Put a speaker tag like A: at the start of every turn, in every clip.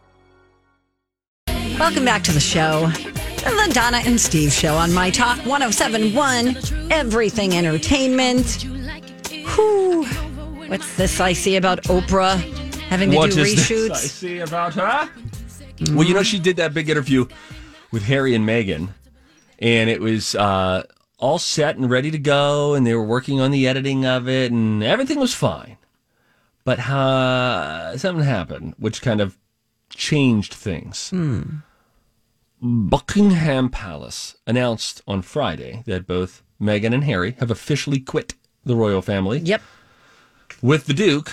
A: Welcome back to the show. The Donna and Steve show on My Talk 1071, Everything Entertainment. Whew. What's this I see about Oprah having to
B: What
A: do
B: is this I
A: reshoots?
B: see about her? Well, you know, she did that big interview with Harry and Meghan, and it was uh, all set and ready to go, and they were working on the editing of it, and everything was fine. But uh, something happened, which kind of changed things.
A: Hmm.
B: Buckingham Palace announced on Friday that both Meghan and Harry have officially quit the royal family
A: Yep.
B: with the Duke,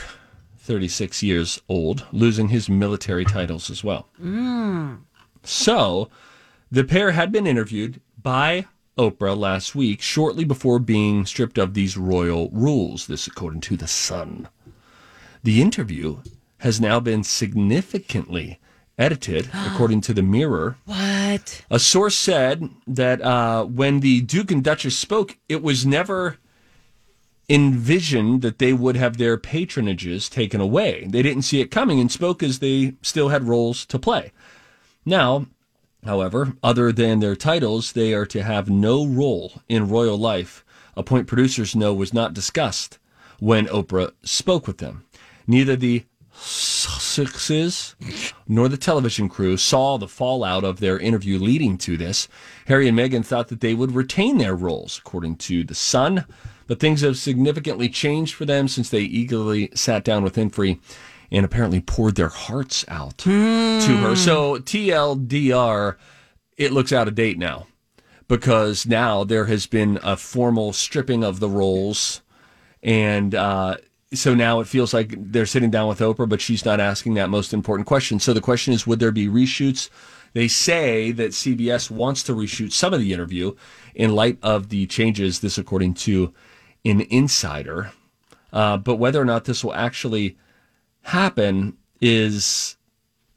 B: 36 years old, losing his military titles as well. So the pair had been interviewed by Oprah last week, shortly before being stripped of these royal rules, this according to The Sun. The interview has now been significantly edited, according to The Mirror.
A: What?
B: A source said that uh, when the Duke and Duchess spoke, it was never envisioned that they would have their patronages taken away. They didn't see it coming and spoke as they still had roles to play. Now, however, other than their titles, they are to have no role in royal life, a point producers know was not discussed when Oprah spoke with them. Neither the Sussexes nor the television crew saw the fallout of their interview leading to this. Harry and Meghan thought that they would retain their roles, according to The Sun, but things have significantly changed for them since they eagerly sat down with Infrey and apparently poured their hearts out to her. So, TLDR, it looks out of date now because now there has been a formal stripping of the roles and uh, so now it feels like they're sitting down with Oprah, but she's not asking that most important question. So the question is, would there be reshoots? They say that CBS wants to reshoot some of the interview in light of the changes. This, according to an insider, uh, but whether or not this will actually happen is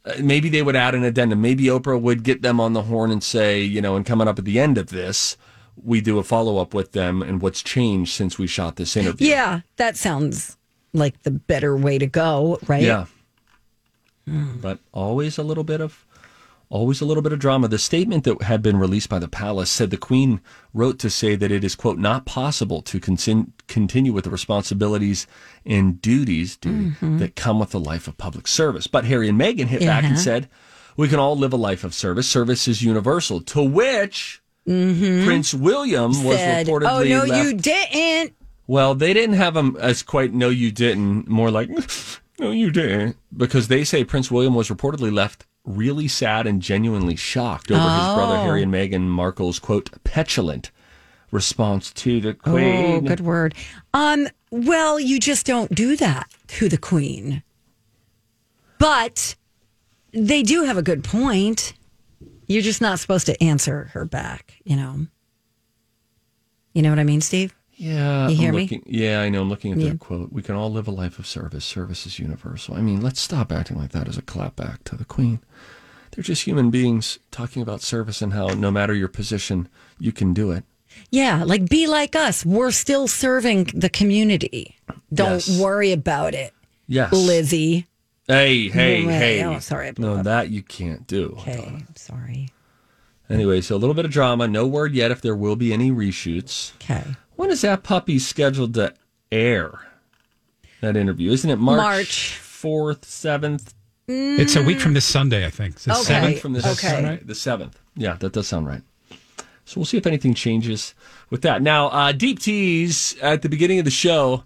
B: uh, maybe they would add an addendum. Maybe Oprah would get them on the horn and say, you know, and coming up at the end of this, we do a follow up with them and what's changed since we shot this interview.
A: Yeah, that sounds like the better way to go, right? Hmm.
B: Yeah. But always a little bit of always a little bit of drama. The statement that had been released by the palace said the queen wrote to say that it is quote not possible to con- continue with the responsibilities and duties duty,
A: Mm-hmm.
B: that come with the life of public service. But Harry and Meghan hit back
A: Uh-huh.
B: and said, "We can all live a life of service. Service is universal." To which Prince William
A: Mm-hmm.
B: was
A: Said,
B: reportedly
A: oh, no,
B: left
A: you didn't.
B: well, they didn't have him as quite no, you didn't. More like no, you didn't, because they say Prince William was reportedly left really sad and genuinely shocked over his brother
A: Oh.
B: Harry and Meghan Markle's quote petulant response to the
A: Oh,
B: Queen.
A: good word. Um, well, you just don't do that to the queen. But they do have a good point. You're just not supposed to answer her back, you know. You know what I mean, Steve?
B: yeah,
A: You
B: I'm
A: hear me?
B: looking, Yeah, I know. I'm looking at the quote. We can all live a life of service. Service is universal. I mean, let's stop acting like that as a clapback to the Queen. They're just human beings talking about service and how no matter your position, you can do it.
A: Yeah, like be like us. We're still serving the community. Don't
B: Yes.
A: worry about it,
B: Yes,
A: Lizzie.
B: Hey, hey,
A: Right.
B: hey.
A: Oh, sorry, I blew
B: No,
A: up.
B: that you can't do.
A: Okay, I'm sorry.
B: Anyway, so a little bit of drama. No word yet if there will be any reshoots.
A: Okay.
B: When is that puppy scheduled to air? That interview isn't it March
A: March.
B: fourth, seventh,
C: It's a week from this Sunday, I think. It's the
A: Okay.
C: seventh.
B: from the
C: Does that sound
A: Okay.
C: right?
B: The seventh. Yeah, that does sound right. So we'll see if anything changes with that. Now, uh, deep tease at the beginning of the show.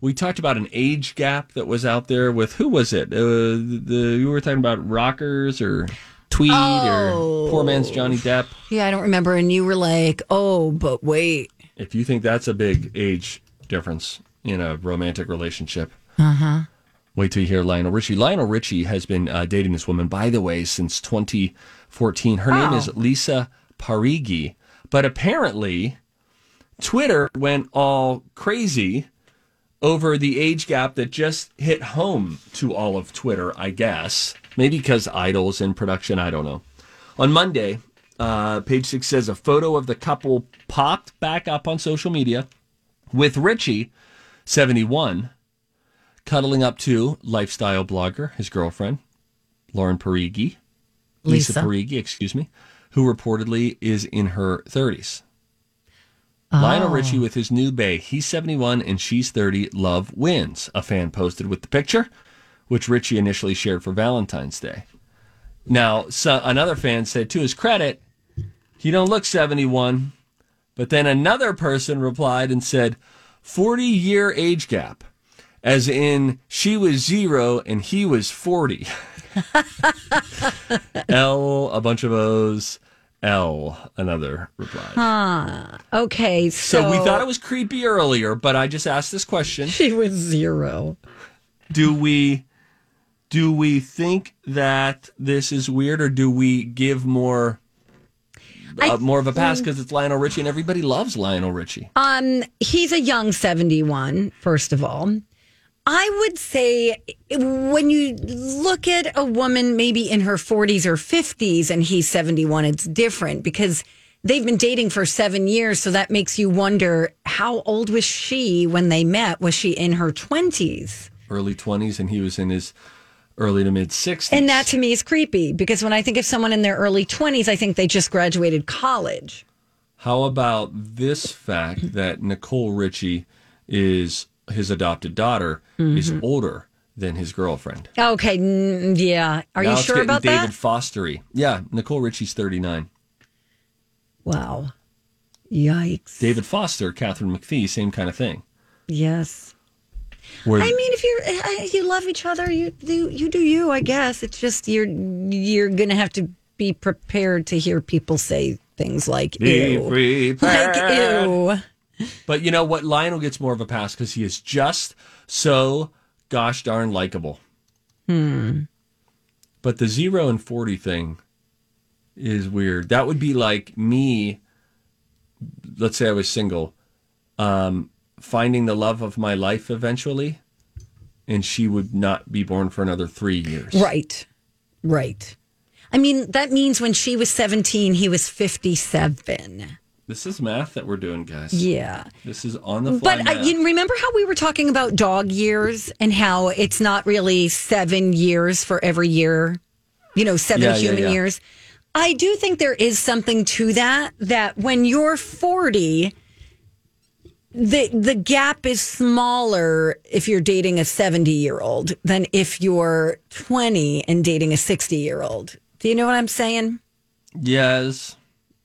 B: We talked about an age gap that was out there with who was it? Uh, the you were talking about rockers or Tweed or poor man's Johnny Depp.
A: Yeah, I don't remember. And you were like, oh, but wait.
B: If you think that's a big age difference in a romantic relationship, uh huh. Wait till you hear Lionel Richie. Lionel Richie has been uh, dating this woman, by the way, since 2014. Her name is Lisa Parigi, but apparently, Twitter went all crazy over the age gap that just hit home to all of Twitter, I guess. Maybe because Idol's in production, I don't know. On Monday, uh, page six says a photo of the couple popped back up on social media with Richie, 71, cuddling up to lifestyle blogger, his girlfriend, Lauren Parigi, Lisa,
A: Lisa.
B: Parigi, excuse me, who reportedly is in her 30s. Lionel Richie with his new bae. He's 71 and she's 30. Love wins, a fan posted with the picture, which Richie initially shared for Valentine's Day. Now, so another fan said, to his credit, he don't look 71. But then another person replied and said, 40 year age gap, as in she was zero and he was 40. L, a bunch of O's. L, another reply.
A: Okay, so,
B: So, we thought it was creepy earlier, but I just asked this question:
A: she was zero.
B: Do we, do we think that this is weird, or do we give more, uh, more of a pass because it's Lionel Richie and everybody loves Lionel Richie?
A: Um, he's a young 71, first of all. I would say when you look at a woman maybe in her 40s or 50s and he's 71, it's different because they've been dating for seven years. So that makes you wonder how old was she when they met? Was she in her 20s?
B: Early twenties, and he was in his early to mid sixties.
A: And that to me is creepy because when I think of someone in their early 20s, I think they just graduated college.
B: How about this fact that Nicole Richie is his adopted daughter is
A: Mm-hmm.
B: older than his girlfriend?
A: Okay. mm, Yeah. Are
B: now
A: you
B: it's
A: sure
B: getting
A: about
B: David
A: that?
B: Fostery. Yeah, Nicole Richie's thirty nine.
A: Wow. Yikes.
B: David Foster, Catherine McPhee, same kind of thing.
A: Yes.
B: Where
A: I mean, if you're if you love each other, you do you do you. I guess it's just you're you're gonna have to be prepared to hear people say things like ew, like ew.
B: But you know what? Lionel gets more of a pass because he is just so gosh darn likable. Hmm.
A: Hmm.
B: But the zero and 40 thing is weird. That would be like me, let's say I was single, um, finding the love of my life eventually, and she would not be born for another three years.
A: Right, right. I mean, that means when she was seventeen, he was fifty-seven.
B: This is math that we're doing, guys.
A: Yeah.
B: This is on the fly.
A: But uh,
B: math.
A: you remember how we were talking about dog years and how it's not really seven years for every year, you know, seven
B: Yeah, yeah,
A: human
B: yeah.
A: years. I do think there is something to that. That when you're forty, the the gap is smaller if you're dating a seventy year old than if you're twenty and dating a sixty year old. Do you know what I'm saying?
B: yes.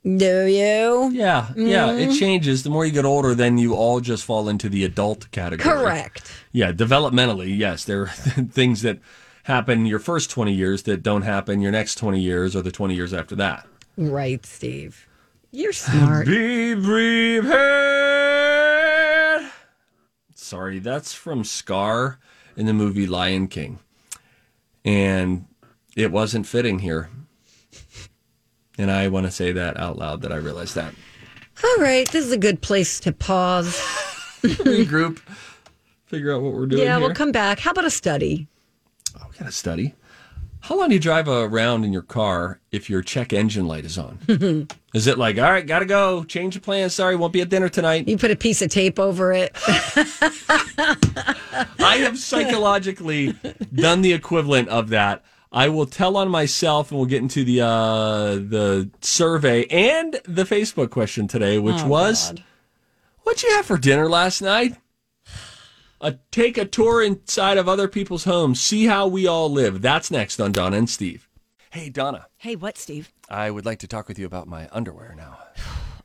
A: Do you?
B: Yeah, yeah,
A: Mm-hmm.
B: it changes. The more you get older, then you all just fall into the adult category.
A: Correct.
B: Yeah, developmentally, yes, there are things that happen your first 20 years that don't happen your next 20 years or the 20 years after that.
A: Right, Steve. You're smart.
B: Be prepared. Sorry, that's from Scar in the movie Lion King. And it wasn't fitting here. And I want to say that out loud that I realized that.
A: All right, this is a good place to pause.
B: regroup, figure out what we're doing.
A: Yeah,
B: here.
A: we'll come back. How about a study?
B: Oh, we gotta study. How long do you drive around in your car if your check engine light is on? is it like, all right, gotta go, change of plans. Sorry, won't be at dinner tonight.
A: You put a piece of tape over it.
B: I have psychologically done the equivalent of that. I will tell on myself, and we'll get into the uh, the survey and the Facebook question today, which was, "What'd you have for dinner last night?" a, take a tour inside of other people's homes, see how we all live. That's next on Donna and Steve. Hey, Donna,
D: Hey, what, Steve?
B: I would like to talk with you about my underwear now.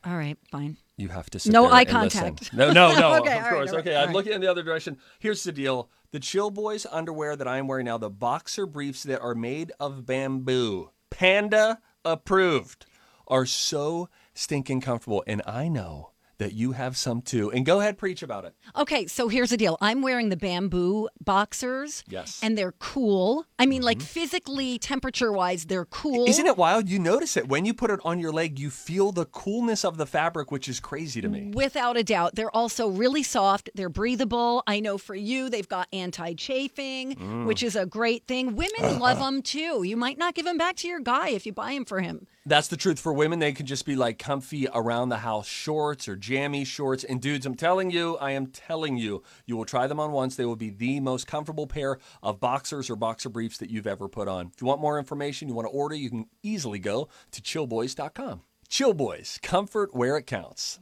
D: All right, fine.
B: You have to sit
D: No
B: there
D: eye
B: and listen.
D: contact.
B: No, no, no.
D: Okay, all
B: of
D: right,
B: course.
D: all right,
B: okay,
D: all
B: I'm
D: right.
B: looking in the other direction. Here's the deal: the Chill Boys underwear that I'm wearing now, the boxer briefs that are made of bamboo, panda approved, are so stinking comfortable, and I know that you have some too. And go ahead, preach about it.
D: Okay, so here's the deal. I'm wearing the bamboo boxers.
B: Yes.
D: And they're cool. I mean, like physically, temperature wise, they're cool.
B: Isn't it wild? You notice it when you put it on your leg. You feel the coolness of the fabric, which is crazy to me.
D: Without a doubt. They're also really soft. They're breathable. I know for you, they've got anti chafing,
B: Mm.
D: which is a great thing. Women love them too. You might not give them back to your guy if you buy them for him.
B: That's the truth for women. They can just be like comfy around the house shorts or jammy shorts. And dudes, I'm telling you, I am telling you, you will try them on once. They will be the most comfortable pair of boxers or boxer briefs that you've ever put on. If you want more information, you want to order, you can easily go to chillboys.com. Chill Boys, comfort where it counts.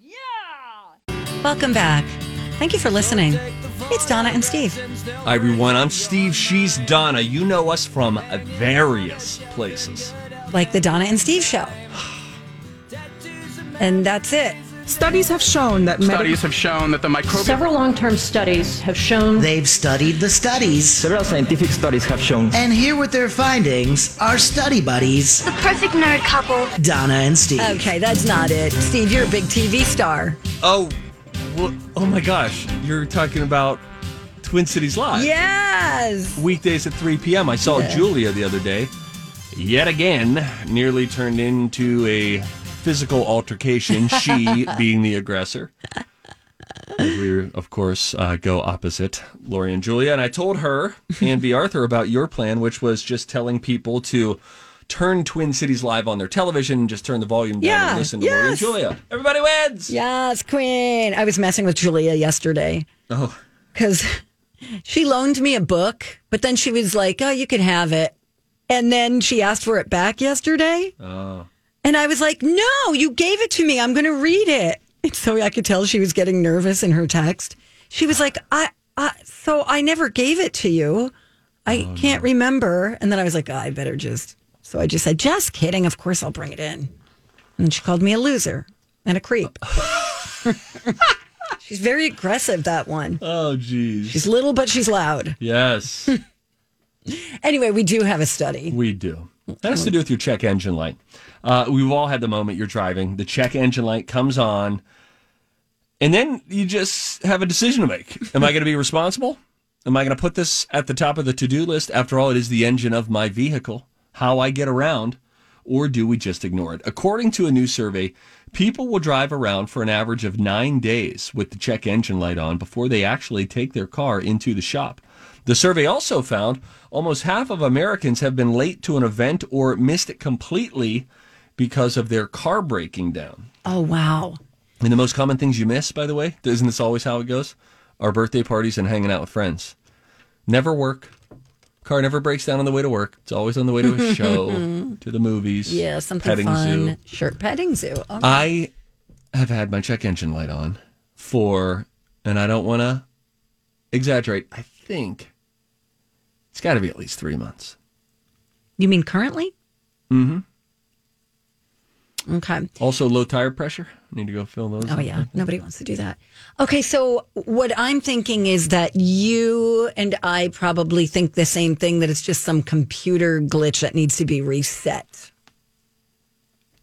A: Welcome back. Thank you for listening. It's Donna and Steve.
B: Hi, everyone. I'm Steve. She's Donna. You know us from various places.
A: like the Donna and Steve show. And that's it.
E: Studies have shown that
F: Studies have shown that the microbial
G: Several long term studies have shown
E: They've studied the studies.
F: several scientific studies have shown
E: And here with their findings are study buddies,
G: the perfect nerd couple.
E: Donna and Steve.
A: Okay, that's not it. Steve, you're a big TV star.
B: Oh, well, oh my gosh. You're talking about Twin Cities Live.
A: Yes.
B: weekdays at 3 p.m. I saw Julia the other day. Yet again, nearly turned into a physical altercation, she being the aggressor. As we, of course, uh, go opposite Lori and Julia. And I told her and B. Arthur about your plan, which was just telling people to turn Twin Cities Live on their television and just turn the volume down
A: Yeah,
B: and listen to Lori and
A: yes.
B: Julia. Everybody wins!
A: Yes, Queen. I was messing with Julia yesterday. Oh. Because she loaned me a book, but then she was like, oh, you can have it. And then she asked for it back yesterday. Oh. And I was like, no, you gave it to me. I'm going to read it. And so I could tell she was getting nervous in her text. She was like, I, I so I never gave it to you. I can't remember. And then I was like, I better just. So I just said, just kidding. Of course I'll bring it in. And she called me a loser and a creep. she's very aggressive, that one.
B: Oh, geez.
A: She's little, but she's loud.
B: Yes.
A: Anyway, we do have a study.
B: We do. That has to do with your check engine light. Uh, we've all had the moment you're driving, the check engine light comes on, and then you just have a decision to make. Am I going to be responsible? Am I going to put this at the top of the to do list? After all, it is the engine of my vehicle, how I get around, or do we just ignore it? According to a new survey, people will drive around for an average of nine days with the check engine light on before they actually take their car into the shop. The survey also found almost half of Americans have been late to an event or missed it completely because of their car breaking down.
A: Oh, wow.
B: And the most common things you miss, by the way, isn't this always how it goes? Are birthday parties and hanging out with friends. Never work. Car never breaks down on the way to work. It's always on the way to a show, to the movies.
A: Yeah, something
B: petting
A: fun.
B: zoo.
A: Sure, petting zoo. Oh,
B: I have had my check engine light on for, and I don't want to exaggerate. I think it's got to be at least three months.
A: you mean currently? Mm-hmm. Okay.
B: Also, low tire pressure. Need to go fill those.
A: Oh, yeah. Nobody wants to do that. Okay, so what I'm thinking is that you and I probably think the same thing, that it's just some computer glitch that needs to be reset.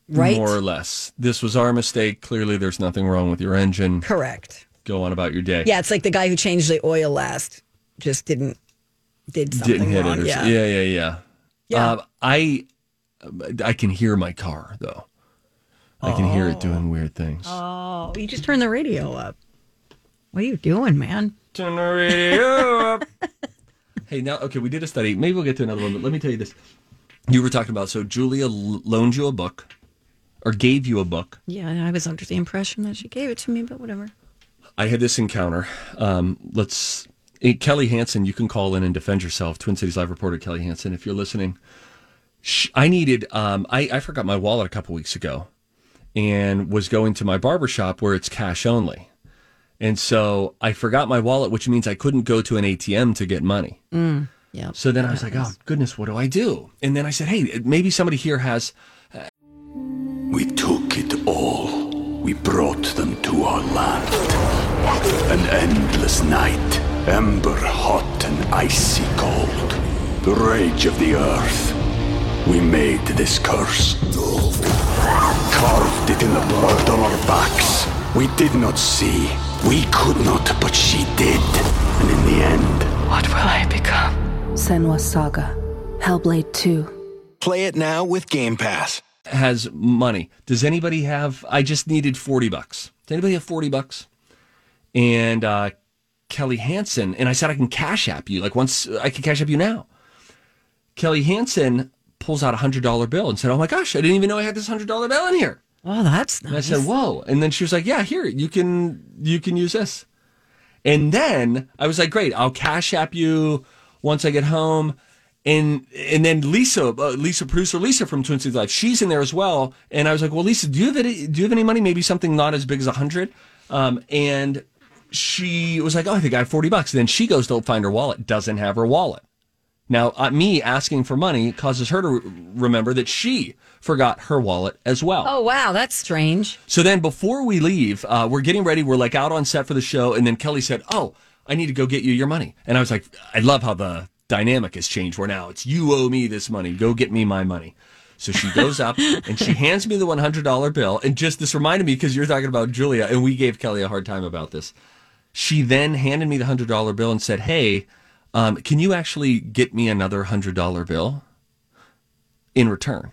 A: Right?
B: More or less. This was our mistake. Clearly, there's nothing wrong with your engine.
A: Correct.
B: Go on about your day.
A: Yeah, it's like the guy who changed the oil last just didn't did something
B: Didn't hit
A: wrong.
B: it. Or
A: yeah.
B: yeah. yeah, yeah, yeah.
A: Yeah.
B: Uh, I, I can hear my car though. I can hear it doing weird things.
A: Oh, you just turn the radio up. What are you doing, man?
B: Turn the radio up. hey, now, okay, we did a study. Maybe we'll get to another one, but let me tell you this. You were talking about, so Julia l- loaned you a book or gave you a book.
A: Yeah, I was under the impression that she gave it to me, but whatever.
B: I had this encounter. Um, let's. eh, Kelly Hansen, you can call in and defend yourself. Twin Cities Live reporter Kelly Hansen, if you're listening. Sh I needed, um, I, I forgot my wallet a couple weeks ago and was going to my barber shop where it's cash only. And so I forgot my wallet, which means I couldn't go to an ATM to get money.
A: Mm, yeah.
B: So then I was like, oh, goodness, what do I do? And then I said, hey, maybe somebody here has.
H: We took it all. We brought them to our land. An endless night, ember hot and icy cold. The rage of the earth. We made this curse. Carved it in the blood on our backs. We did not see. We could not, but she did. And in the end,
I: What will I become? Senwa Saga, Hellblade 2.
J: Play it now with Game Pass.
B: has money. Does anybody have? I just needed 40 bucks. Does anybody have 40 bucks? And uh, Kelly Hansen, and I said, I can cash app you. Like, once I can cash app you now. Kelly Hansen pulls out a $100 bill and said, Oh my gosh, I didn't even know I had this $100 bill in here.
A: Oh, that's
B: And I said, "Whoa!" And then she was like, "Yeah, here you can you can use this." And then I was like, "Great, I'll cash app you once I get home." And and then Lisa, uh, Lisa producer Lisa from Twin Cities Life, she's in there as well. And I was like, "Well, Lisa, do you have any, do you have any money? Maybe something not as big as a hundred? Um, and she was like, "Oh, I think I have forty bucks." then she goes to find her wallet, doesn't have her wallet. Now, uh, me asking for money causes her to re- remember that she forgot her wallet as well.
A: Oh, wow. That's strange.
B: So then before we leave, uh, we're getting ready. We're like out on set for the show. And then Kelly said, Oh, I need to go get you your money. And I was like, I love how the dynamic has changed where now it's you owe me this money. Go get me my money. So she goes up and she hands me the $100 bill. And just this reminded me because you're talking about Julia and we gave Kelly a hard time about this. She then handed me the $100 bill and said, Hey, um, can you actually get me another $100 bill in return?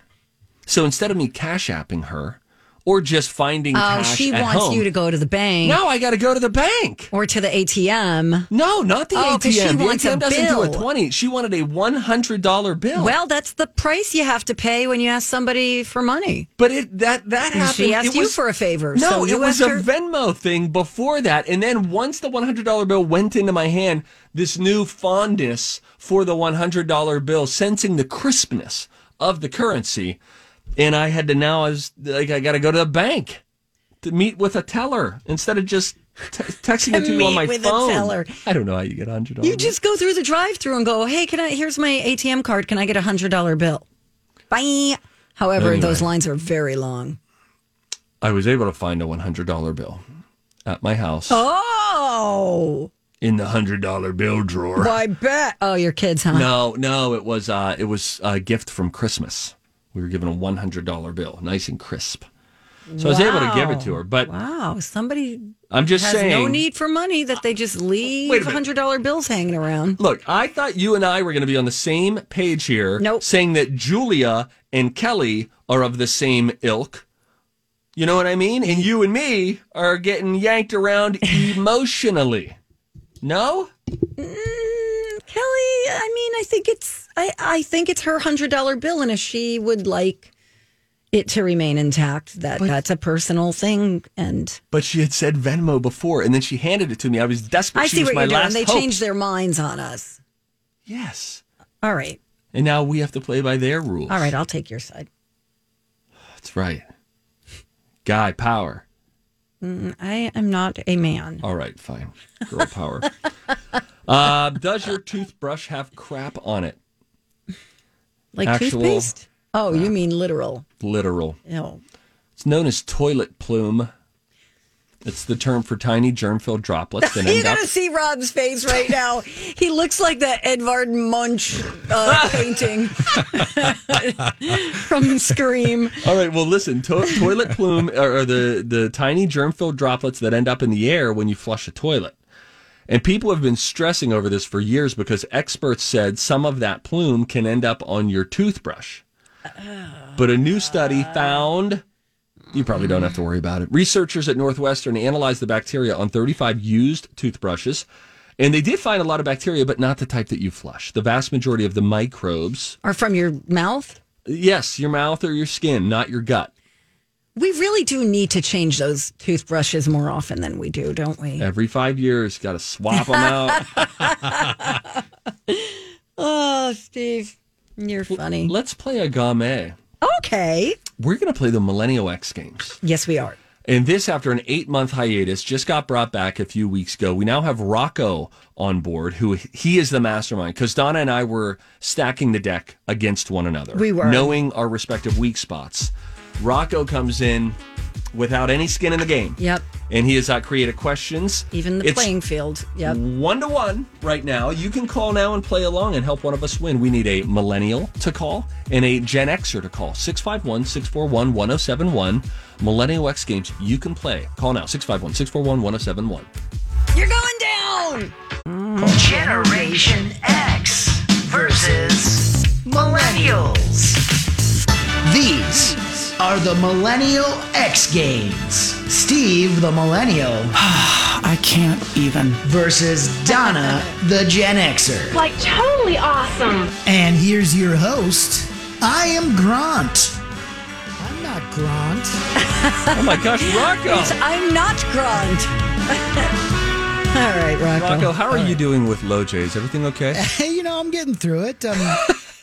B: So instead of me cash apping her or just finding
A: Oh,
B: cash
A: she
B: at
A: wants
B: home,
A: you to go to the bank.
B: No, I got to go to the bank
A: or to the ATM.
B: No, not the
A: oh, 'cause
B: ATM.
A: She
B: the
A: wants
B: ATM
A: a
B: doesn't
A: bill.
B: do a 20. She wanted a $100 bill.
A: Well, that's the price you have to pay when you ask somebody for money.
B: but it that that
A: And
B: happened.
A: she asked
B: it
A: you
B: was-
A: for a favor.
B: No,
A: so you
B: it was
A: asked
B: a
A: her-
B: Venmo thing before that, and then once the one hundred dollar bill went into my hand, this new fondness for the one hundred dollar bill, sensing the crispness of the currency, and I had to now I was like I got to go to the bank to meet with a teller instead of just te- texting
A: To
B: it to you
A: meet
B: on my
A: with a
B: phone.
A: teller.
B: I don't know how you get a hundred dollars.
A: You just go through the drive-through and go, "Hey, can I? Here's my ATM card. Can I get a hundred dollar bill?" Bye. However,
B: Anyway.
A: those lines are very long.
B: I was able to find a one hundred dollar bill at my house
A: Oh,
B: in the hundred dollar bill drawer.
A: well, I bet. Oh, your kids, huh?
B: No, no, it was uh, it was a gift from Christmas. We were given a one hundred dollar bill, nice and crisp. So I was able to give it to her, but
A: Wow, somebody
B: I'm just
A: has
B: saying.
A: no need for money that they just
B: Wait a
A: leave
B: minute.
A: hundred dollar bills hanging around.
B: Look, I thought you and I were going to be on the same page here,
A: Nope.
B: saying that Julia and Kelly are of the same ilk. You know what I mean? And you and me are getting yanked around emotionally. No?
A: Hmm, Kelly, I mean, I think it's I, I think it's her hundred dollar bill, and if she would like it to remain intact, that that's a personal thing. And
B: But she had said Venmo before, and then she handed it to me. I was desperate.
A: I
B: she
A: see
B: was
A: what
B: my
A: you're doing.
B: last
A: They
B: hope.
A: changed their minds on us.
B: Yes.
A: All right,
B: And now we have to play by their rules.
A: all right, I'll take your side.
B: That's right. Guy power.
A: Mm, I am not a man.
B: All right, fine. Girl power. uh, does your toothbrush have crap on it?
A: Like
B: Actual-
A: toothpaste? Oh, you mean literal?
B: Literal.
A: No.
B: It's known as toilet plume. It's the term for tiny germ-filled droplets that
A: You
B: end up.
A: gotta see Rob's face right now. He looks like that Edvard Munch uh, painting from Scream.
B: All right, well, listen. To- toilet plume are, are the the tiny germ-filled droplets that end up in the air when you flush a toilet. And people have been stressing over this for years because experts said some of that plume can end up on your toothbrush. But a new study found you probably don't have to worry about it. Researchers at Northwestern analyzed the bacteria on 35 used toothbrushes, and they did find a lot of bacteria, but not the type that you flush. The vast majority of the microbes,
A: Or from your mouth?
B: yes, your mouth or your skin, not your gut.
A: We really do need to change those toothbrushes more often than we do, don't we?
B: Every five years, got to swap them out.
A: Oh, Steve, you're funny.
B: Let's play a game.
A: Okay.
B: We're going to play the Millennial X games.
A: Yes, we are.
B: And this, after an eight month hiatus, just got brought back a few weeks ago. We now have Rocco on board, who he is the mastermind because Donna and I were stacking the deck against one another.
A: We were.
B: Knowing our respective weak spots. Rocco comes in without any skin in the game.
A: Yep.
B: And he has uh, created questions.
A: Even the
B: It's-
A: playing field. Yep.
B: one to one right now. You can call now and play along and help one of us win. We need a millennial to call and a Gen Xer to call. 651 641 1071. Millennial X Games, you can play. Call now 651 641 1071.
A: You're going down.
E: Generation X versus Millennials. These are the Millennial X Games. Steve, the Millennial. I can't even. Versus Donna, the Gen Xer.
G: Like, totally awesome.
E: And here's your host. I am Grant. I'm not Grant.
B: Oh my gosh, Rocco!
A: It's- I'm not grunt. All right, Rocco.
B: Rocco, how are you doing with low J's? Everything okay?
K: you know, I'm getting through it.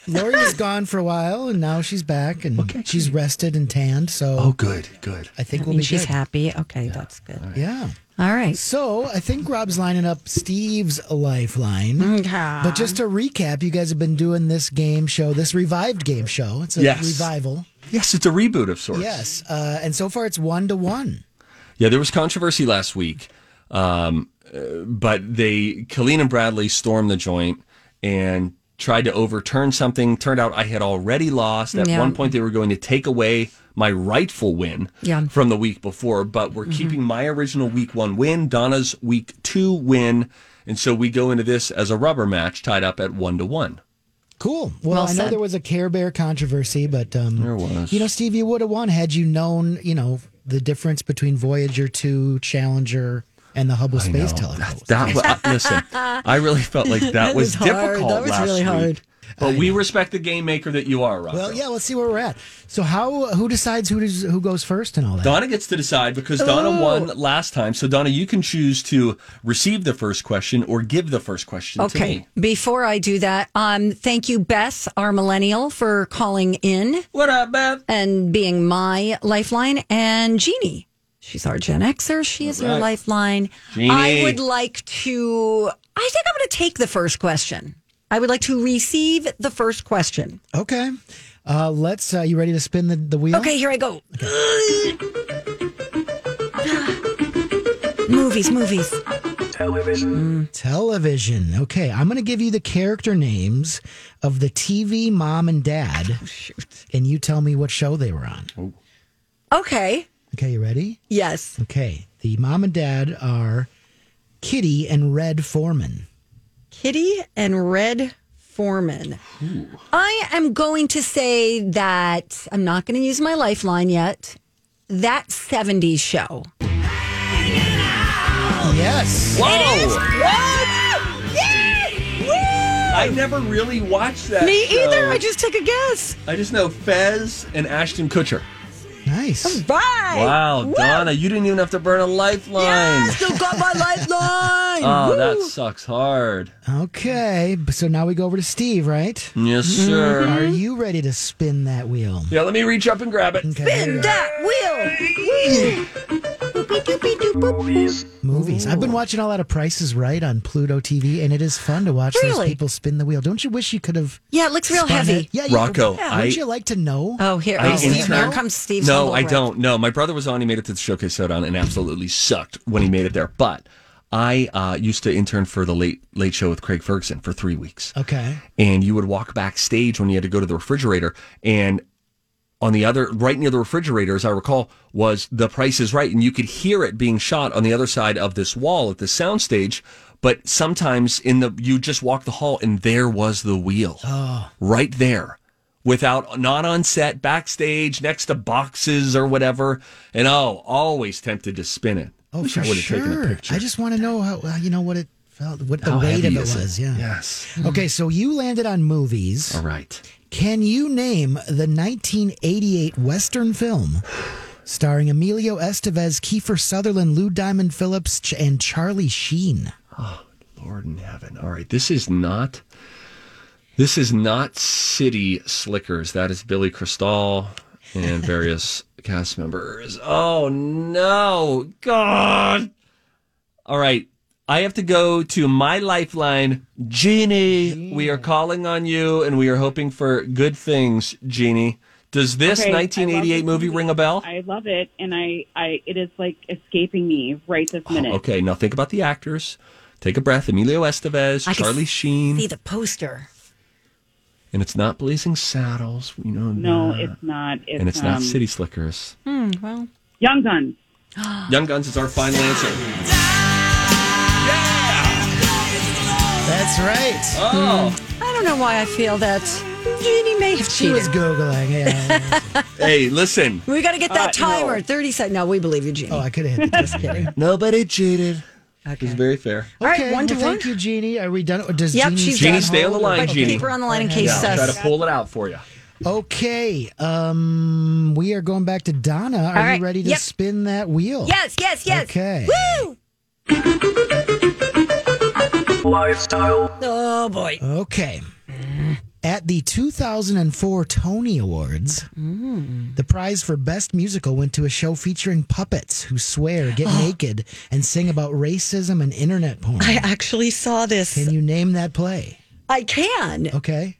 K: Um, Lori was gone for a while, and now she's back, and she's rested and tanned. So,
B: oh, good, good.
K: I think
A: That
K: we'll be
A: means she's
K: good.
A: happy. Okay, that's good.
K: Yeah.
A: All right.
K: So I think Rob's lining up Steve's lifeline.
A: Mm-hmm.
K: But just to recap, you guys have been doing this game show, this revived game show. It's a
B: Yes.
K: revival.
B: Yes, it's a reboot of sorts.
K: Yes. Uh, and so far, it's one to one.
B: Yeah, there was controversy last week, um, uh, but they, Colleen and Bradley, stormed the joint and tried to overturn something. Turned out I had already lost. At
A: Yeah.
B: one point, they were going to take away my rightful win
A: Yeah.
B: from the week before, but
K: Mm-hmm.
B: we're keeping my original week one win, Donna's week two win. And so we go into this as a rubber match tied up at one to one.
K: Cool. Well,
B: Well
K: I know
B: said.
K: there was a Care Bear controversy, but um,
B: There was.
K: You know, Steve, you would have won had you known, you know, the difference between Voyager Two, Challenger, and the Hubble Space
B: know.
K: Telescope.
B: That wa- uh, listen, I really felt like that,
K: That
B: was,
K: was hard.
B: difficult
K: That was
B: last
K: really
B: week.
K: hard.
B: But we respect the game maker that you are, Rob.
K: Well, yeah. Let's see where we're at. So, how who decides who does, who goes first and all that?
B: Donna gets to decide because Donna
A: Oh.
K: Ooh.
B: won last time. So Donna, you can choose to receive the first question or give the first question to
A: Okay.
B: me.
A: Before I do that, um, thank you, Beth, our millennial, for calling in.
B: What up, Beth?
A: And being my lifeline. And Jeannie, she's our Gen Xer. She is
D: All
A: our
D: right.
A: lifeline.
D: Jeannie.
A: I would like to, I think I'm going to take the first question. I would like to receive the first question.
K: Okay. Uh, let's. Uh, you ready to spin the, the wheel?
A: Okay, here I go. movies, movies.
K: Television. Television. Okay, I'm going to give you the character names of the TV mom and dad. And you tell me what show they were on.
B: Oh.
A: Okay.
K: Okay, you ready?
A: Yes.
K: Okay. The mom and dad are Kitty and Red Foreman.
A: Kitty and Red Foreman. I am going to say that I'm not going to use my lifeline yet. That 70s show.
K: Yes.
B: Whoa!
A: Yes!
B: I never really watched that.
A: Me
B: show.
A: either. I just took a guess.
B: I just know Fez and Ashton Kutcher.
K: Nice.
A: Bye.
B: Wow, Donna, you didn't even have to burn a lifeline.
A: Still got my lifeline.
B: Oh,
A: Woo.
B: that sucks hard.
K: Okay, b- so now we go over to Steve, right?
B: Yes,
A: Mm-hmm.
B: sir.
K: Are you ready to spin that wheel?
B: Yeah, let me reach up and grab it.
K: Spin
A: that wheel.
B: Movies.
K: Movies. I've been watching a lot of Prices Right on Pluto TV, and it is fun to watch those
A: Really?
K: people spin the wheel. Don't you wish you could have?
A: Yeah, it looks real
K: spun
A: heavy.
K: it? Yeah,
B: Rocco,
K: Yeah.
B: I-
K: Wouldn't you like to know?
A: Oh, here,
B: I
A: oh, Steve,
B: interned-
A: here comes Steve's
B: No,
A: humble
B: I
A: brag.
B: don't. No, my brother was on. He made it to the showcase showdown and absolutely sucked when he made it there. But I uh, used to intern for the late late show with Craig Ferguson for three weeks,
K: Okay.
B: and you would walk backstage when you had to go to the refrigerator and. On the other, right near the refrigerator, as I recall, was The Price is Right. And you could hear it being shot on the other side of this wall at the soundstage. But sometimes in the, you just walk the hall and there was the wheel
K: Oh,
B: right there without not on set backstage next to boxes or whatever and oh always tempted to spin it
K: oh,
B: Wish
K: for
B: I would have taken a
K: sure.
B: picture
K: I just want to know how well, you know what it felt, what the
B: How
K: weight of
B: heavy
K: it
B: is it?
K: was. Yeah.
B: Yes.
K: Okay, so you landed on movies.
B: all right
K: Can you name the 1988 Western film starring Emilio Estevez, Kiefer Sutherland, Lou Diamond Phillips, Ch- and Charlie Sheen?
B: lord in heaven all right this is not this is not city slickers that is billy crystal and various cast members. Oh no, God! All right, I have to go to my lifeline, Jeannie. We are calling on you, and we are hoping for good things, Jeannie. Does this
L: Okay, I love
B: 1988
L: this
B: movie ring a bell?
L: I love it, and I, I, it is like escaping me right this minute.
B: Oh, Okay, now think about the actors. Take a breath. Emilio Estevez,
L: I can
B: Charlie Sheen,
A: See the poster.
B: and it's not Blazing Saddles. You know
L: No,
B: that.
L: it's not. It's,
B: and it's not
L: um,
B: City Slickers.
L: Hmm, well, Young Guns.
B: Young Guns is our final answer.
K: That's right.
B: Oh.
A: I don't know why I feel that Jeannie may have
K: She was
A: cheated.
K: Googling. Yeah.
B: hey, listen.
A: We got to get that
K: Uh, no.
A: timer. 30 seconds. No, we believe you, Jeannie. Oh,
K: I could have hit the
A: Just kidding.
B: Nobody cheated. It was very fair.
A: All right,
K: Okay,
A: one to
K: well, Thank you, Jeannie. Are we done? Or does
A: Yep,
K: Jeannie
A: she's
K: stay
B: Jeannie, stay on the line,
K: Okay.
B: Jeannie. yeah,
A: uh,
K: sus.
B: I'll try to pull it out for you.
K: Okay, um, we are going back to Donna. Are
A: All right,
K: you ready to
A: yep.
K: spin that wheel?
A: Yes, yes, yes.
K: Okay.
A: Woo!
M: Lifestyle.
A: Oh, boy.
K: Okay. At the 2004 Tony Awards, the prize for Best Musical went to a show featuring puppets who swear, get naked, and sing about racism and internet porn. I
A: actually saw this.
K: Can you name that play?
A: I can.
K: Okay.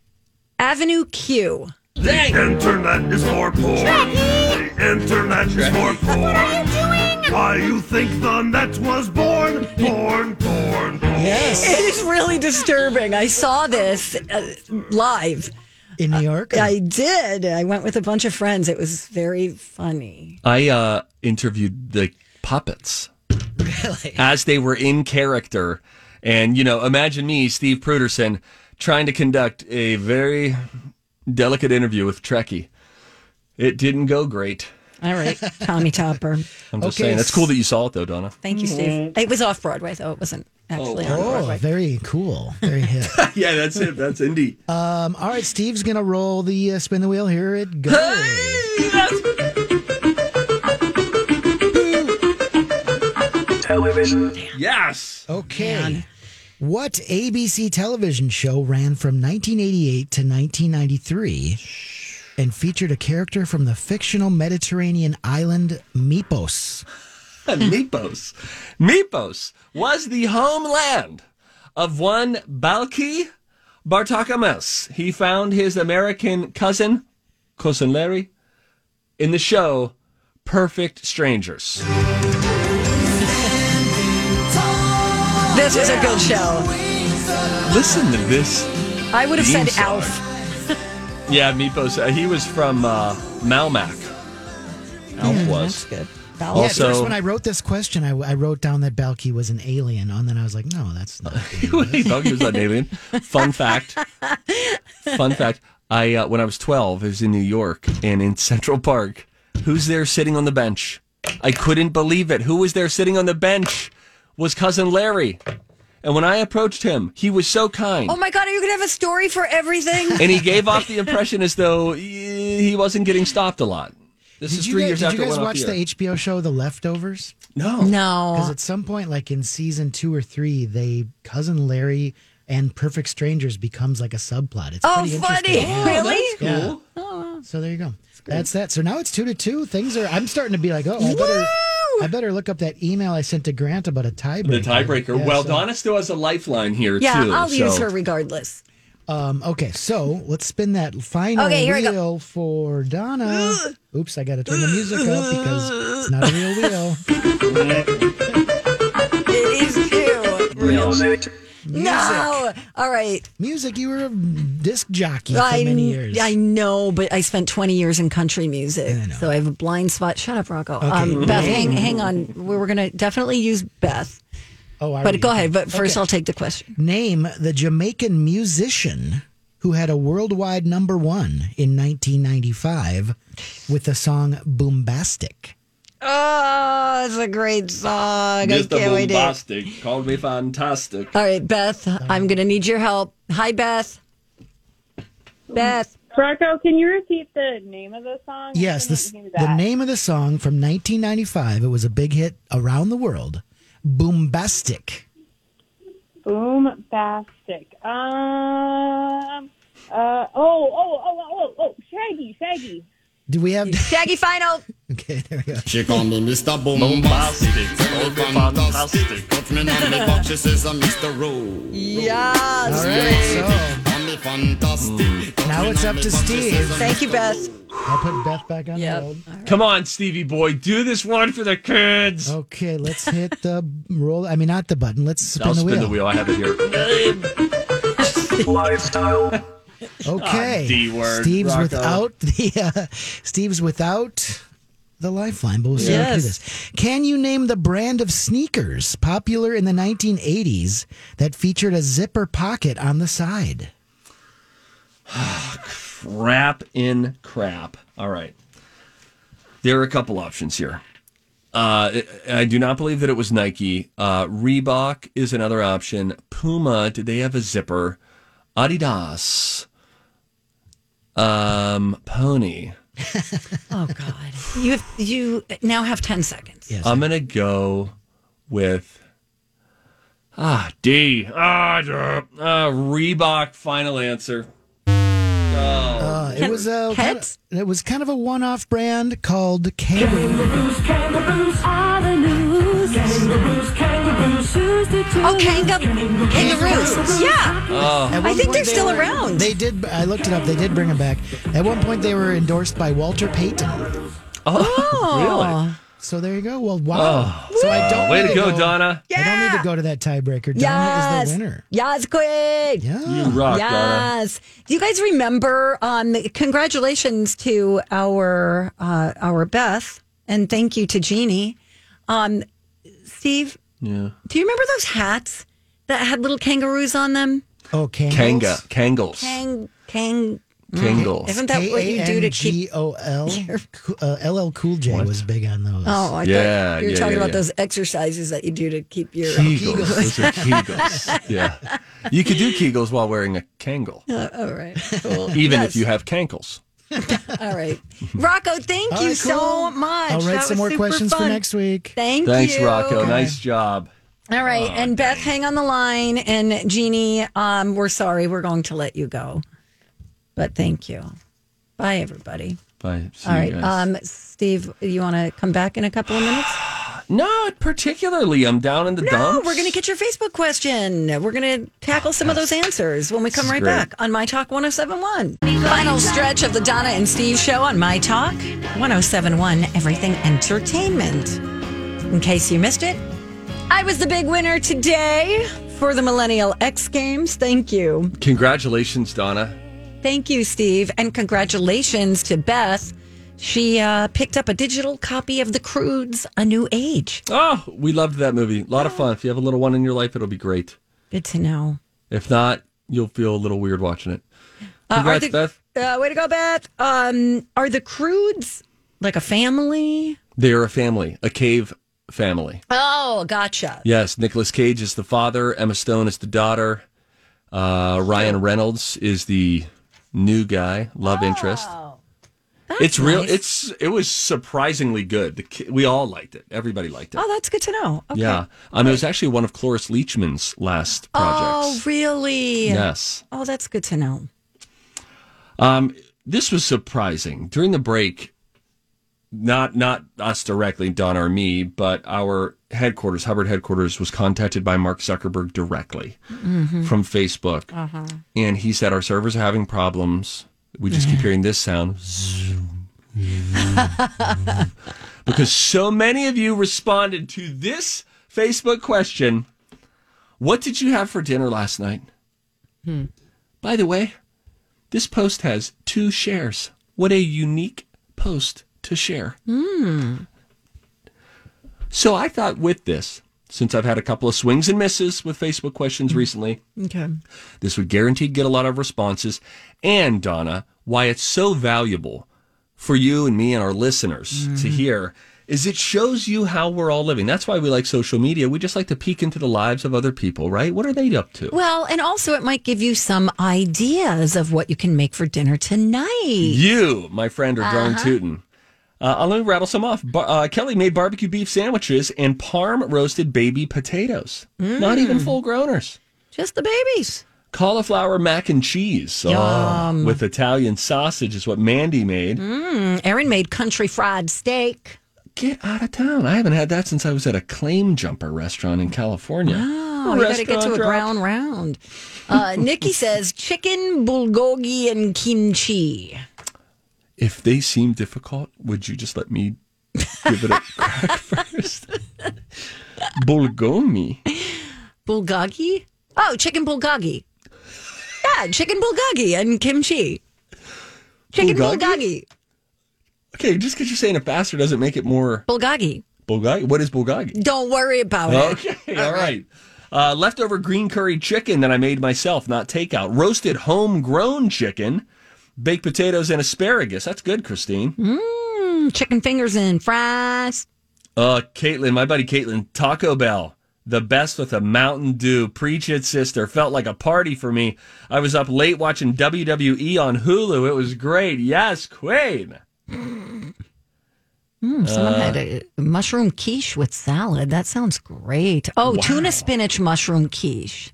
A: Avenue Q.
M: The internet is for poor. The internet is for poor. What are you doing? Why you think the net was born? Born, born, born.
A: It is really disturbing. I saw this uh, live.
K: In New York?
A: I did. I went with a bunch of friends. It was very funny.
B: I uh, interviewed the puppets. Really? As they were in character. And, you know, imagine me, Steve Pruderson, trying to conduct a very delicate interview with Trekkie. It didn't go great.
A: All right, Tommy Topper.
B: I'm just saying. That's cool that you saw it, though, Donna.
A: Thank you, Steve. It was off Broadway, though. It wasn't actually on
K: Oh,
A: Broadway.
K: very cool. Very hip.
B: yeah, that's it. That's indie.
K: Um, all right, Steve's going to roll the uh, spin the wheel. Here it goes.
M: Television.
B: Yes.
K: Okay. What ABC television show ran from 1988 to 1993 and featured a character from the fictional Mediterranean island Mipos?
B: Mipos. Mipos was the homeland of one Balki Bartakamas. He found his American cousin, Cousin Larry, in the show Perfect Strangers.
A: This is a good show.
B: Listen to this.
A: I would have
B: theme
A: said
B: song.
A: Alf.
B: Yeah, Mipos. Uh, he was from uh, Malmac. Alf
K: Yeah,
B: was.
A: good.
K: yeah, at
B: Also,
K: first when I wrote this question, I, I wrote down that Balky was an alien, and then I was like, no, that's not.
B: He thought he was an alien. Fun fact. Fun fact. I uh, when I was twelve, I was in New York and in Central Park. Who's there sitting on the bench? I couldn't believe it. Who was there sitting on the bench? Was cousin Larry. And when I approached him, he was so kind.
A: Oh my God, are you going to have a story for everything?
B: and he gave off the impression as though eh, he wasn't getting stopped a lot. This
K: Did
B: is
K: you
B: three
K: guys-
B: years
K: did
B: after
K: you
B: it
K: guys
B: went off
K: watch
B: the
K: the
B: air.
K: HBO show The Leftovers?
B: No.
K: Because
A: No.
K: at some point, like in season two or three, they cousin Larry and Perfect Strangers becomes like a subplot. It's
A: Oh,
K: pretty
A: funny.
K: interesting.
A: really?
K: Yeah. So there you go. That's that. So now it's two to two. Things are. I'm starting to be like, oh, I better. I better look up that email I sent to Grant about a tiebreaker.
B: The tiebreaker.
K: Yeah,
B: well,
K: so-
B: Donna still has a lifeline here
A: Yeah,
B: too.
A: I'll
B: so.
A: use her regardless.
K: Um, okay, so let's spin that final
A: Okay, here we go.
K: wheel for Donna. Oops, I got to turn the music up because it's not a real wheel.
A: It is cute.
M: Music.
A: No. All right.
K: Music. You were a disc jockey for
A: I,
K: many years.
A: I know, but I spent 20 years in country music. so I have a blind spot. Shut up, Rocco.
K: Okay. Mm-hmm.
A: Um, Beth, hang, hang on. We were going to definitely use Beth.
K: oh, are
A: But
K: we?
A: go ahead. But first,
K: Okay.
A: I'll take the question.
K: Name the Jamaican musician who had a worldwide number one in 1995 with the song Boombastic.
A: Oh, it's a great song. I can't wait to
B: called me fantastic.
A: All right, Beth, I'm going to need your help. Hi, Beth. Beth.
L: Rocco, can you repeat the name of the song?
K: Yes, this, the name of the song from 1995. It was a big hit around the world. Boombastic.
L: Boom Bastic. Um. Uh. Oh. Oh. Oh. Oh. Oh. Shaggy. Shaggy.
K: Do we have
A: Shaggy Final?
K: Okay, there we go.
N: She called me Mr. Bombastic, so fantastic. Cut me on me butt, she says I'm Mr. Rowe.
A: Yes.
K: All right,
N: Call me fantastic.
K: so now it's up to Steve.
A: Thank you, Beth.
K: I'll put Beth back on hold.
B: Come on, Stevie boy, do this one for the kids.
K: Okay, let's hit the roll. I mean, not the button. Let's spin
B: I'll
K: the
B: spin
K: wheel.
B: the wheel. I have it here. Lifestyle.
K: Okay.
B: Ah, D word.
K: Steve's
B: Rocco.
K: without the uh, Steve's without the lifeline, but we'll see how to do
A: Yes.
K: this. Can you name the brand of sneakers popular in the 1980s that featured a zipper pocket on the side?
B: Crap in crap. All right. There are a couple options here. Uh, I I do not believe that it was Nike. Uh, Reebok is another option. Puma, did they have a zipper? Adidas. Um, Pony.
A: Oh God. You have, you now have ten seconds.
B: I'm gonna go with ah D ah duh. Ah, Reebok. Final answer.
K: Uh, it was a kind of, it was kind of a one-off brand called Kangaroo.
A: Oh, Kanga, Kangaroos. Yeah.
B: Oh.
K: At
A: I
K: one
A: think
K: point
A: they're
K: they
A: still
K: were-
A: around.
K: They did. I looked it up. They did bring them back. At one point, they were endorsed by Walter Payton.
B: Oh,
K: So there you go. Well, wow.
B: Oh.
K: so I don't
B: Uh, way
K: need
B: to go, Donna.
K: I don't need to go to that tiebreaker. Donna
A: Yes.
K: is the winner.
A: Yes, queen.
K: Yeah.
B: You rock, Donna.
A: Yes. Do you guys remember? Um, congratulations to our uh, our Beth, and thank you to Jeannie. Um, Steve,
B: Yeah.
A: do you remember those hats that had little kangaroos on them?
K: Oh, Kangles?
B: Kanga. Kangles.
A: Kang, kang.
B: Kangles.
A: Isn't that what you do to keep?
K: K-A-N-G-O-L? Cool- uh, LL Cool J was big on those.
A: Oh, I
B: Yeah,
A: thought you were
B: yeah,
A: talking
B: yeah,
A: about
B: yeah.
A: those exercises that you do to keep your.
B: Kegels. Those are Kegels. yeah. You could do Kegels while wearing a Kangle,
A: Uh, all right. Cool.
B: even
A: Yes.
B: if you have Kankles.
A: All right. Rocco, thank
K: All
A: you
K: right,
A: so
K: cool.
A: much.
K: I'll write
A: That
K: some
A: was
K: more
A: super
K: questions for
A: fun.
K: next week.
A: Thank
B: Thanks,
A: you.
B: Rocco. Nice job.
A: All right. and Beth, hang on the line. And Jeannie, um, we're sorry. We're going to let you go. But thank you. Bye, everybody.
B: Bye. See
A: All
B: you
A: right.
B: guys.
A: Um, Steve, you want to come back in a couple of minutes?
B: Not particularly. I'm down in the
A: No, Oh,
B: dumps.
A: we're going to get your Facebook question. We're going to tackle some of those answers when we come
B: is
A: right
B: great.
A: back on My Talk 1071. Final stretch of the Donna and Steve show on My Talk 1071 Everything Entertainment. In case you missed it, I was the big winner today for the Millennial X Games. Thank you.
B: Congratulations, Donna.
A: Thank you, Steve. And congratulations to Beth. She uh, picked up a digital copy of The Crudes, A New Age.
B: Oh, we loved that movie. A lot of fun. If you have a little one in your life, it'll be great.
A: Good to know.
B: If not, you'll feel a little weird watching it.
A: Uh, are
B: Congrats,
A: the,
B: Beth.
A: Uh, way to go, Beth. Um, are the Crudes like a family?
B: They are a family, a cave family.
A: Oh, gotcha.
B: Yes, Nicolas Cage is the father. Emma Stone is the daughter. Uh, Ryan Reynolds is the new guy, love interest. It's real.
A: Oh. nice.
B: It's it was surprisingly good. The, ki- we all liked it. Everybody liked it.
A: Oh, that's good to know. Okay.
B: Yeah, um, it was actually one of Cloris Leachman's last
A: Oh,
B: projects.
A: really?
B: Yes.
A: Oh, that's good to know.
B: Um, this was surprising during the break. Not not us directly, Don or me, but our headquarters, Hubbard headquarters, was contacted by Mark Zuckerberg directly from Facebook, and he said our servers are having problems. We just keep hearing this sound Zoom. because so many of you responded to this Facebook question. What did you have for dinner last night? By the way, this post has two shares. What a unique post to share. So I thought with this, since I've had a couple of swings and misses with Facebook questions recently,
A: Okay.
B: this would guaranteed get a lot of responses. And Donna, why it's so valuable for you and me and our listeners to hear is it shows you how we're all living. That's why we like social media. We just like to peek into the lives of other people, right? What are they up to?
A: Well, and also it might give you some ideas of what you can make for dinner tonight.
B: You, my friend, are darn tootin'. Uh, I'll let me rattle some off. Bar- uh, Kelly made barbecue beef sandwiches
A: Mm.
B: and parm roasted baby potatoes. Not even full growners.
A: Just the babies.
B: cauliflower mac and cheese oh,
A: Yum.
B: with Italian sausage is what Mandy made.
A: Mm, Aaron made country fried steak.
B: Get out of town. I haven't had that since I was at a claim jumper restaurant in California.
A: Oh, you got to get to a
B: Restaurant drop.
A: ground round. Uh, Nikki says chicken bulgogi and kimchi.
B: If they seem difficult, would you just let me give it a crack first? Bulgomi.
A: Bulgogi? Oh, chicken bulgogi. Yeah, chicken bulgogi and kimchi. Chicken bulgogi.
B: Bulgogi? Okay, just because you're saying it faster doesn't make it more
A: Bulgogi.
B: bulgogi. What is bulgogi?
A: Don't worry about it.
B: Okay, all right. Uh, leftover green curry chicken that I made myself, not takeout. Roasted homegrown chicken, baked potatoes and asparagus. That's good, Christine.
A: Mm, chicken fingers and fries.
B: Uh, Caitlin, my buddy Caitlin, Taco Bell, the best with a Mountain Dew. Preach it, sister. Felt like a party for me. I was up late watching WWE on Hulu. It was great. Yes, Queen.
A: Mm, someone
B: Uh,
A: had a mushroom quiche with salad. That sounds great. Oh, tuna spinach mushroom quiche.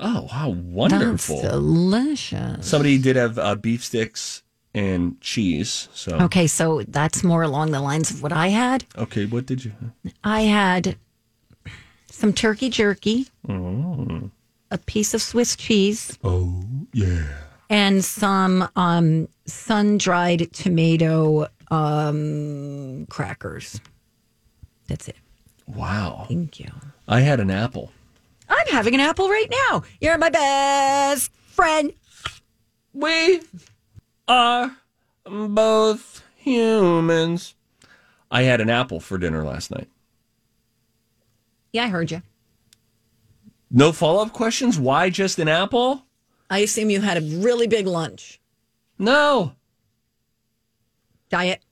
B: Oh, how wonderful.
A: That's delicious.
B: Somebody did have uh, beef sticks and cheese. So
A: Okay, so that's more along the lines of what I had.
B: Okay, what did you?
A: I had some turkey jerky, Mm.
B: Oh,
A: a piece of Swiss cheese,
B: oh yeah.
A: and some um, sun dried tomato um, crackers. That's it.
B: Wow.
A: Thank you.
B: I had an apple.
A: I'm having an apple right now. You're my best friend.
B: We are both humans. I had an apple for dinner last night.
A: Yeah, I heard you.
B: No follow up questions? Why just an apple?
A: I assume you had a really big lunch.
B: No.
A: Diet.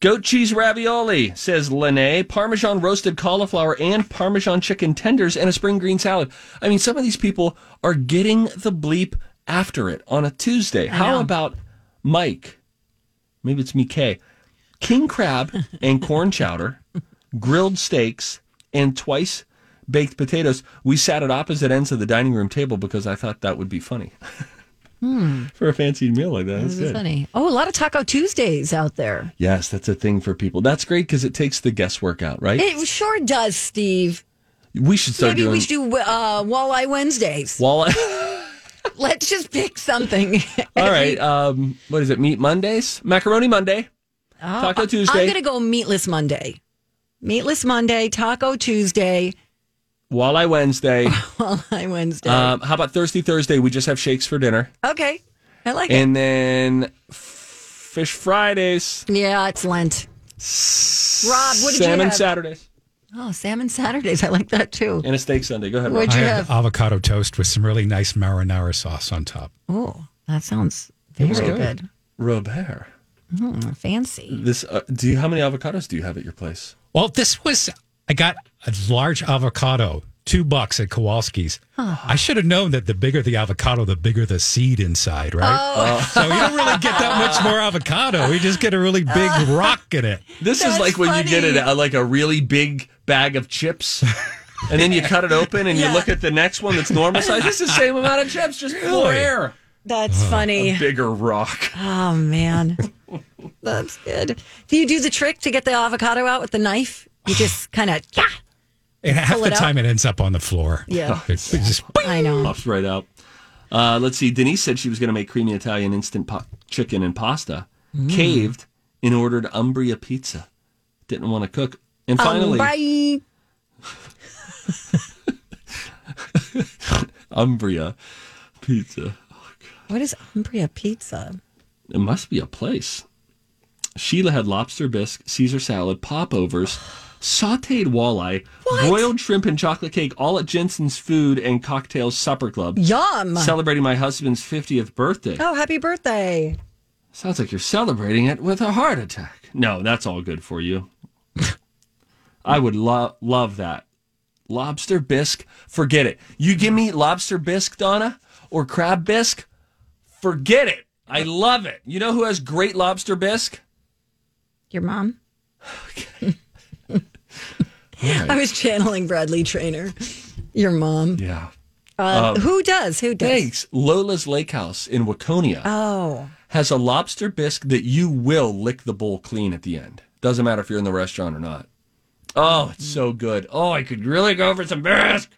B: Goat cheese ravioli, says Lene. Parmesan roasted cauliflower and Parmesan chicken tenders and a spring green salad. I mean, some of these people are getting the bleep after it on a Tuesday. How about Mike? Maybe it's Mike. King crab and corn chowder, grilled steaks, and twice baked potatoes. We sat at opposite ends of the dining room table because I thought that would be funny
A: Hmm.
B: for a fancy meal like that. That's
A: This is
B: good.
A: funny. Oh, a lot of Taco Tuesdays out there.
B: Yes, that's a thing for people. That's great because it takes the guesswork out, right?
A: It sure does, Steve.
B: we should start
A: Maybe
B: doing
A: we should do uh, Walleye Wednesdays.
B: walleye.
A: Let's just pick something.
B: All right. Um, what is it? Meat Mondays, Macaroni Monday,
A: Oh,
B: Taco
A: I-
B: Tuesday,
A: I'm going to go Meatless Monday. Meatless Monday, Taco Tuesday,
B: Walleye Wednesday.
A: Walleye Wednesday.
B: um, how about Thursday? Thursday, we just have shakes for dinner,
A: okay. I like
B: and then f- Fish Fridays,
A: it. Yeah, it's Lent. Rob, what did you
B: salmon
A: have?
B: Saturdays,
A: Oh, Salmon Saturdays. I like that too.
B: and a steak Sunday. Go ahead. Rob.
A: What'd you
C: I had
A: have?
C: avocado toast with some really nice marinara sauce on top.
A: Oh, that sounds
C: It
A: very
C: was
A: good.
C: good.
B: Robert,
A: Mm, fancy.
B: this uh, do you, how many avocados do you have at your place?
C: Well, this was I got a large avocado, two bucks at Kowalski's. I should have known that the bigger the avocado, the bigger the seed inside, right?
A: Oh.
C: So you don't really get that much more avocado. You just get a really big
A: Uh.
C: rock in it.
B: This is
C: That's
B: like when you get
C: funny.
B: it uh, like a really big bag of chips. And then you cut it open and you look at the next one that's normal size. It's the same amount of chips, just more
A: Really?
B: air.
C: Uh.
A: That's funny.
B: A bigger rock.
A: Oh man, that's good. Do you do the trick to get the avocado out with the knife? You just kind of yeah.
C: And half
A: Pull
C: the
A: it out.
C: time it ends up on the floor.
A: Yeah.
C: It's just
A: I know.
B: Pops right out. Uh, let's see. Denise said she was going to make creamy Italian instant pot chicken and pasta. Caved and ordered Umbria pizza. Didn't want to cook. And finally,
A: bye.
B: Umbria pizza.
A: What is Umbria pizza?
B: It must be a place. Sheila had lobster bisque, Caesar salad, popovers, sauteed walleye, broiled shrimp and chocolate cake, all at Jensen's Food and Cocktails Supper Club.
A: Yum.
B: Celebrating my husband's 50th birthday.
A: Oh, happy birthday!
B: Sounds like you're celebrating it with a heart attack. No, that's all good for you. I would lo- love that. Lobster bisque, forget it. You give me lobster bisque, Donna, or crab bisque, forget it. I love it. You know who has great lobster bisque?
A: Your mom.
B: All right.
A: I was channeling Bradley Trainer. Your mom.
B: yeah.
A: Uh,
B: Uh,
A: who does? Who does?
B: Thanks. Lola's Lake House in Waconia
A: Oh,
B: has a lobster bisque that you will lick the bowl clean at the end. Doesn't matter if you're in the restaurant or not. Oh, it's so good. Oh, I could really go for some bisque.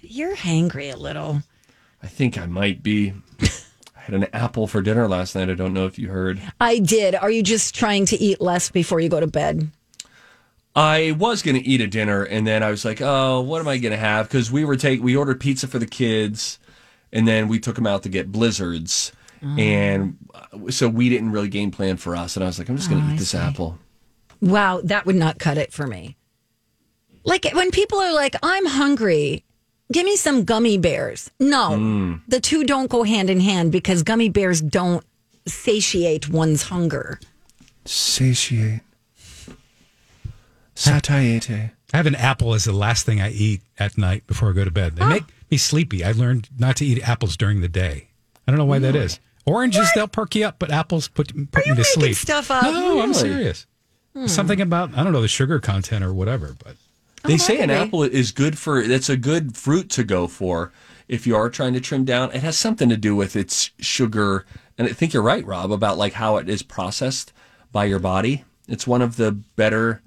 A: you're hangry a little.
B: I think I might be. I had an apple for dinner last night. I don't know if you heard.
A: I did. Are you just trying to eat less before you go to bed?
B: I was going to eat a dinner, and then I was like, "Oh, what am I going to have?" Because we were take we ordered pizza for the kids, and then we took them out to get blizzards, and uh, so we didn't really game plan for us. And I was like, "I'm just going to eat this apple."
A: Wow, that would not cut it for me. Like when people are like, I'm hungry, give me some gummy bears. No,
B: Mm.
A: the two don't go hand in hand because gummy bears don't satiate one's hunger.
B: Satiate. Satiate.
C: I have an apple as the last thing I eat at night before I go to bed. They make me sleepy. I learned not to eat apples during the day. I don't know why that is. Oranges they'll perk you up, but apples put put me to sleep.
A: stuff up? Hmm.
C: No, I'm
A: Really?
C: serious. Something about I don't know the sugar content or whatever, but
A: Oh,
B: They say an
C: could be.
B: apple is good for. That's a good fruit to go for if you are trying to trim down. It has something to do with its sugar, and I think you're right, Rob, about like how it is processed by your body. It's one of the better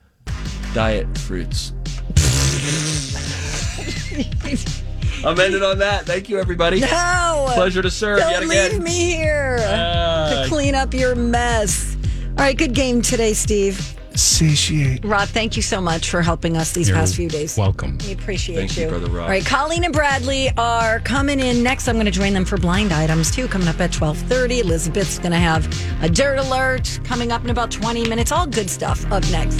B: diet fruits. I'm ending on that. Thank you, everybody.
A: No!
B: pleasure to serve
A: Don't
B: yet again.
A: leave me here
B: Ah.
C: Uh,
A: to clean up your mess. All right, good game today, Steve.
B: Satiate.
A: Rob, thank you so much for helping us these
C: You're
A: past few days.
C: Welcome.
A: We appreciate
C: Thank you, Brother Rob.
A: All right, Colleen and Bradley are coming in next. I'm going to join them for blind items too. Coming up at 12:30, Elizabeth's going to have a dirt alert coming up in about 20 minutes. All good stuff up next.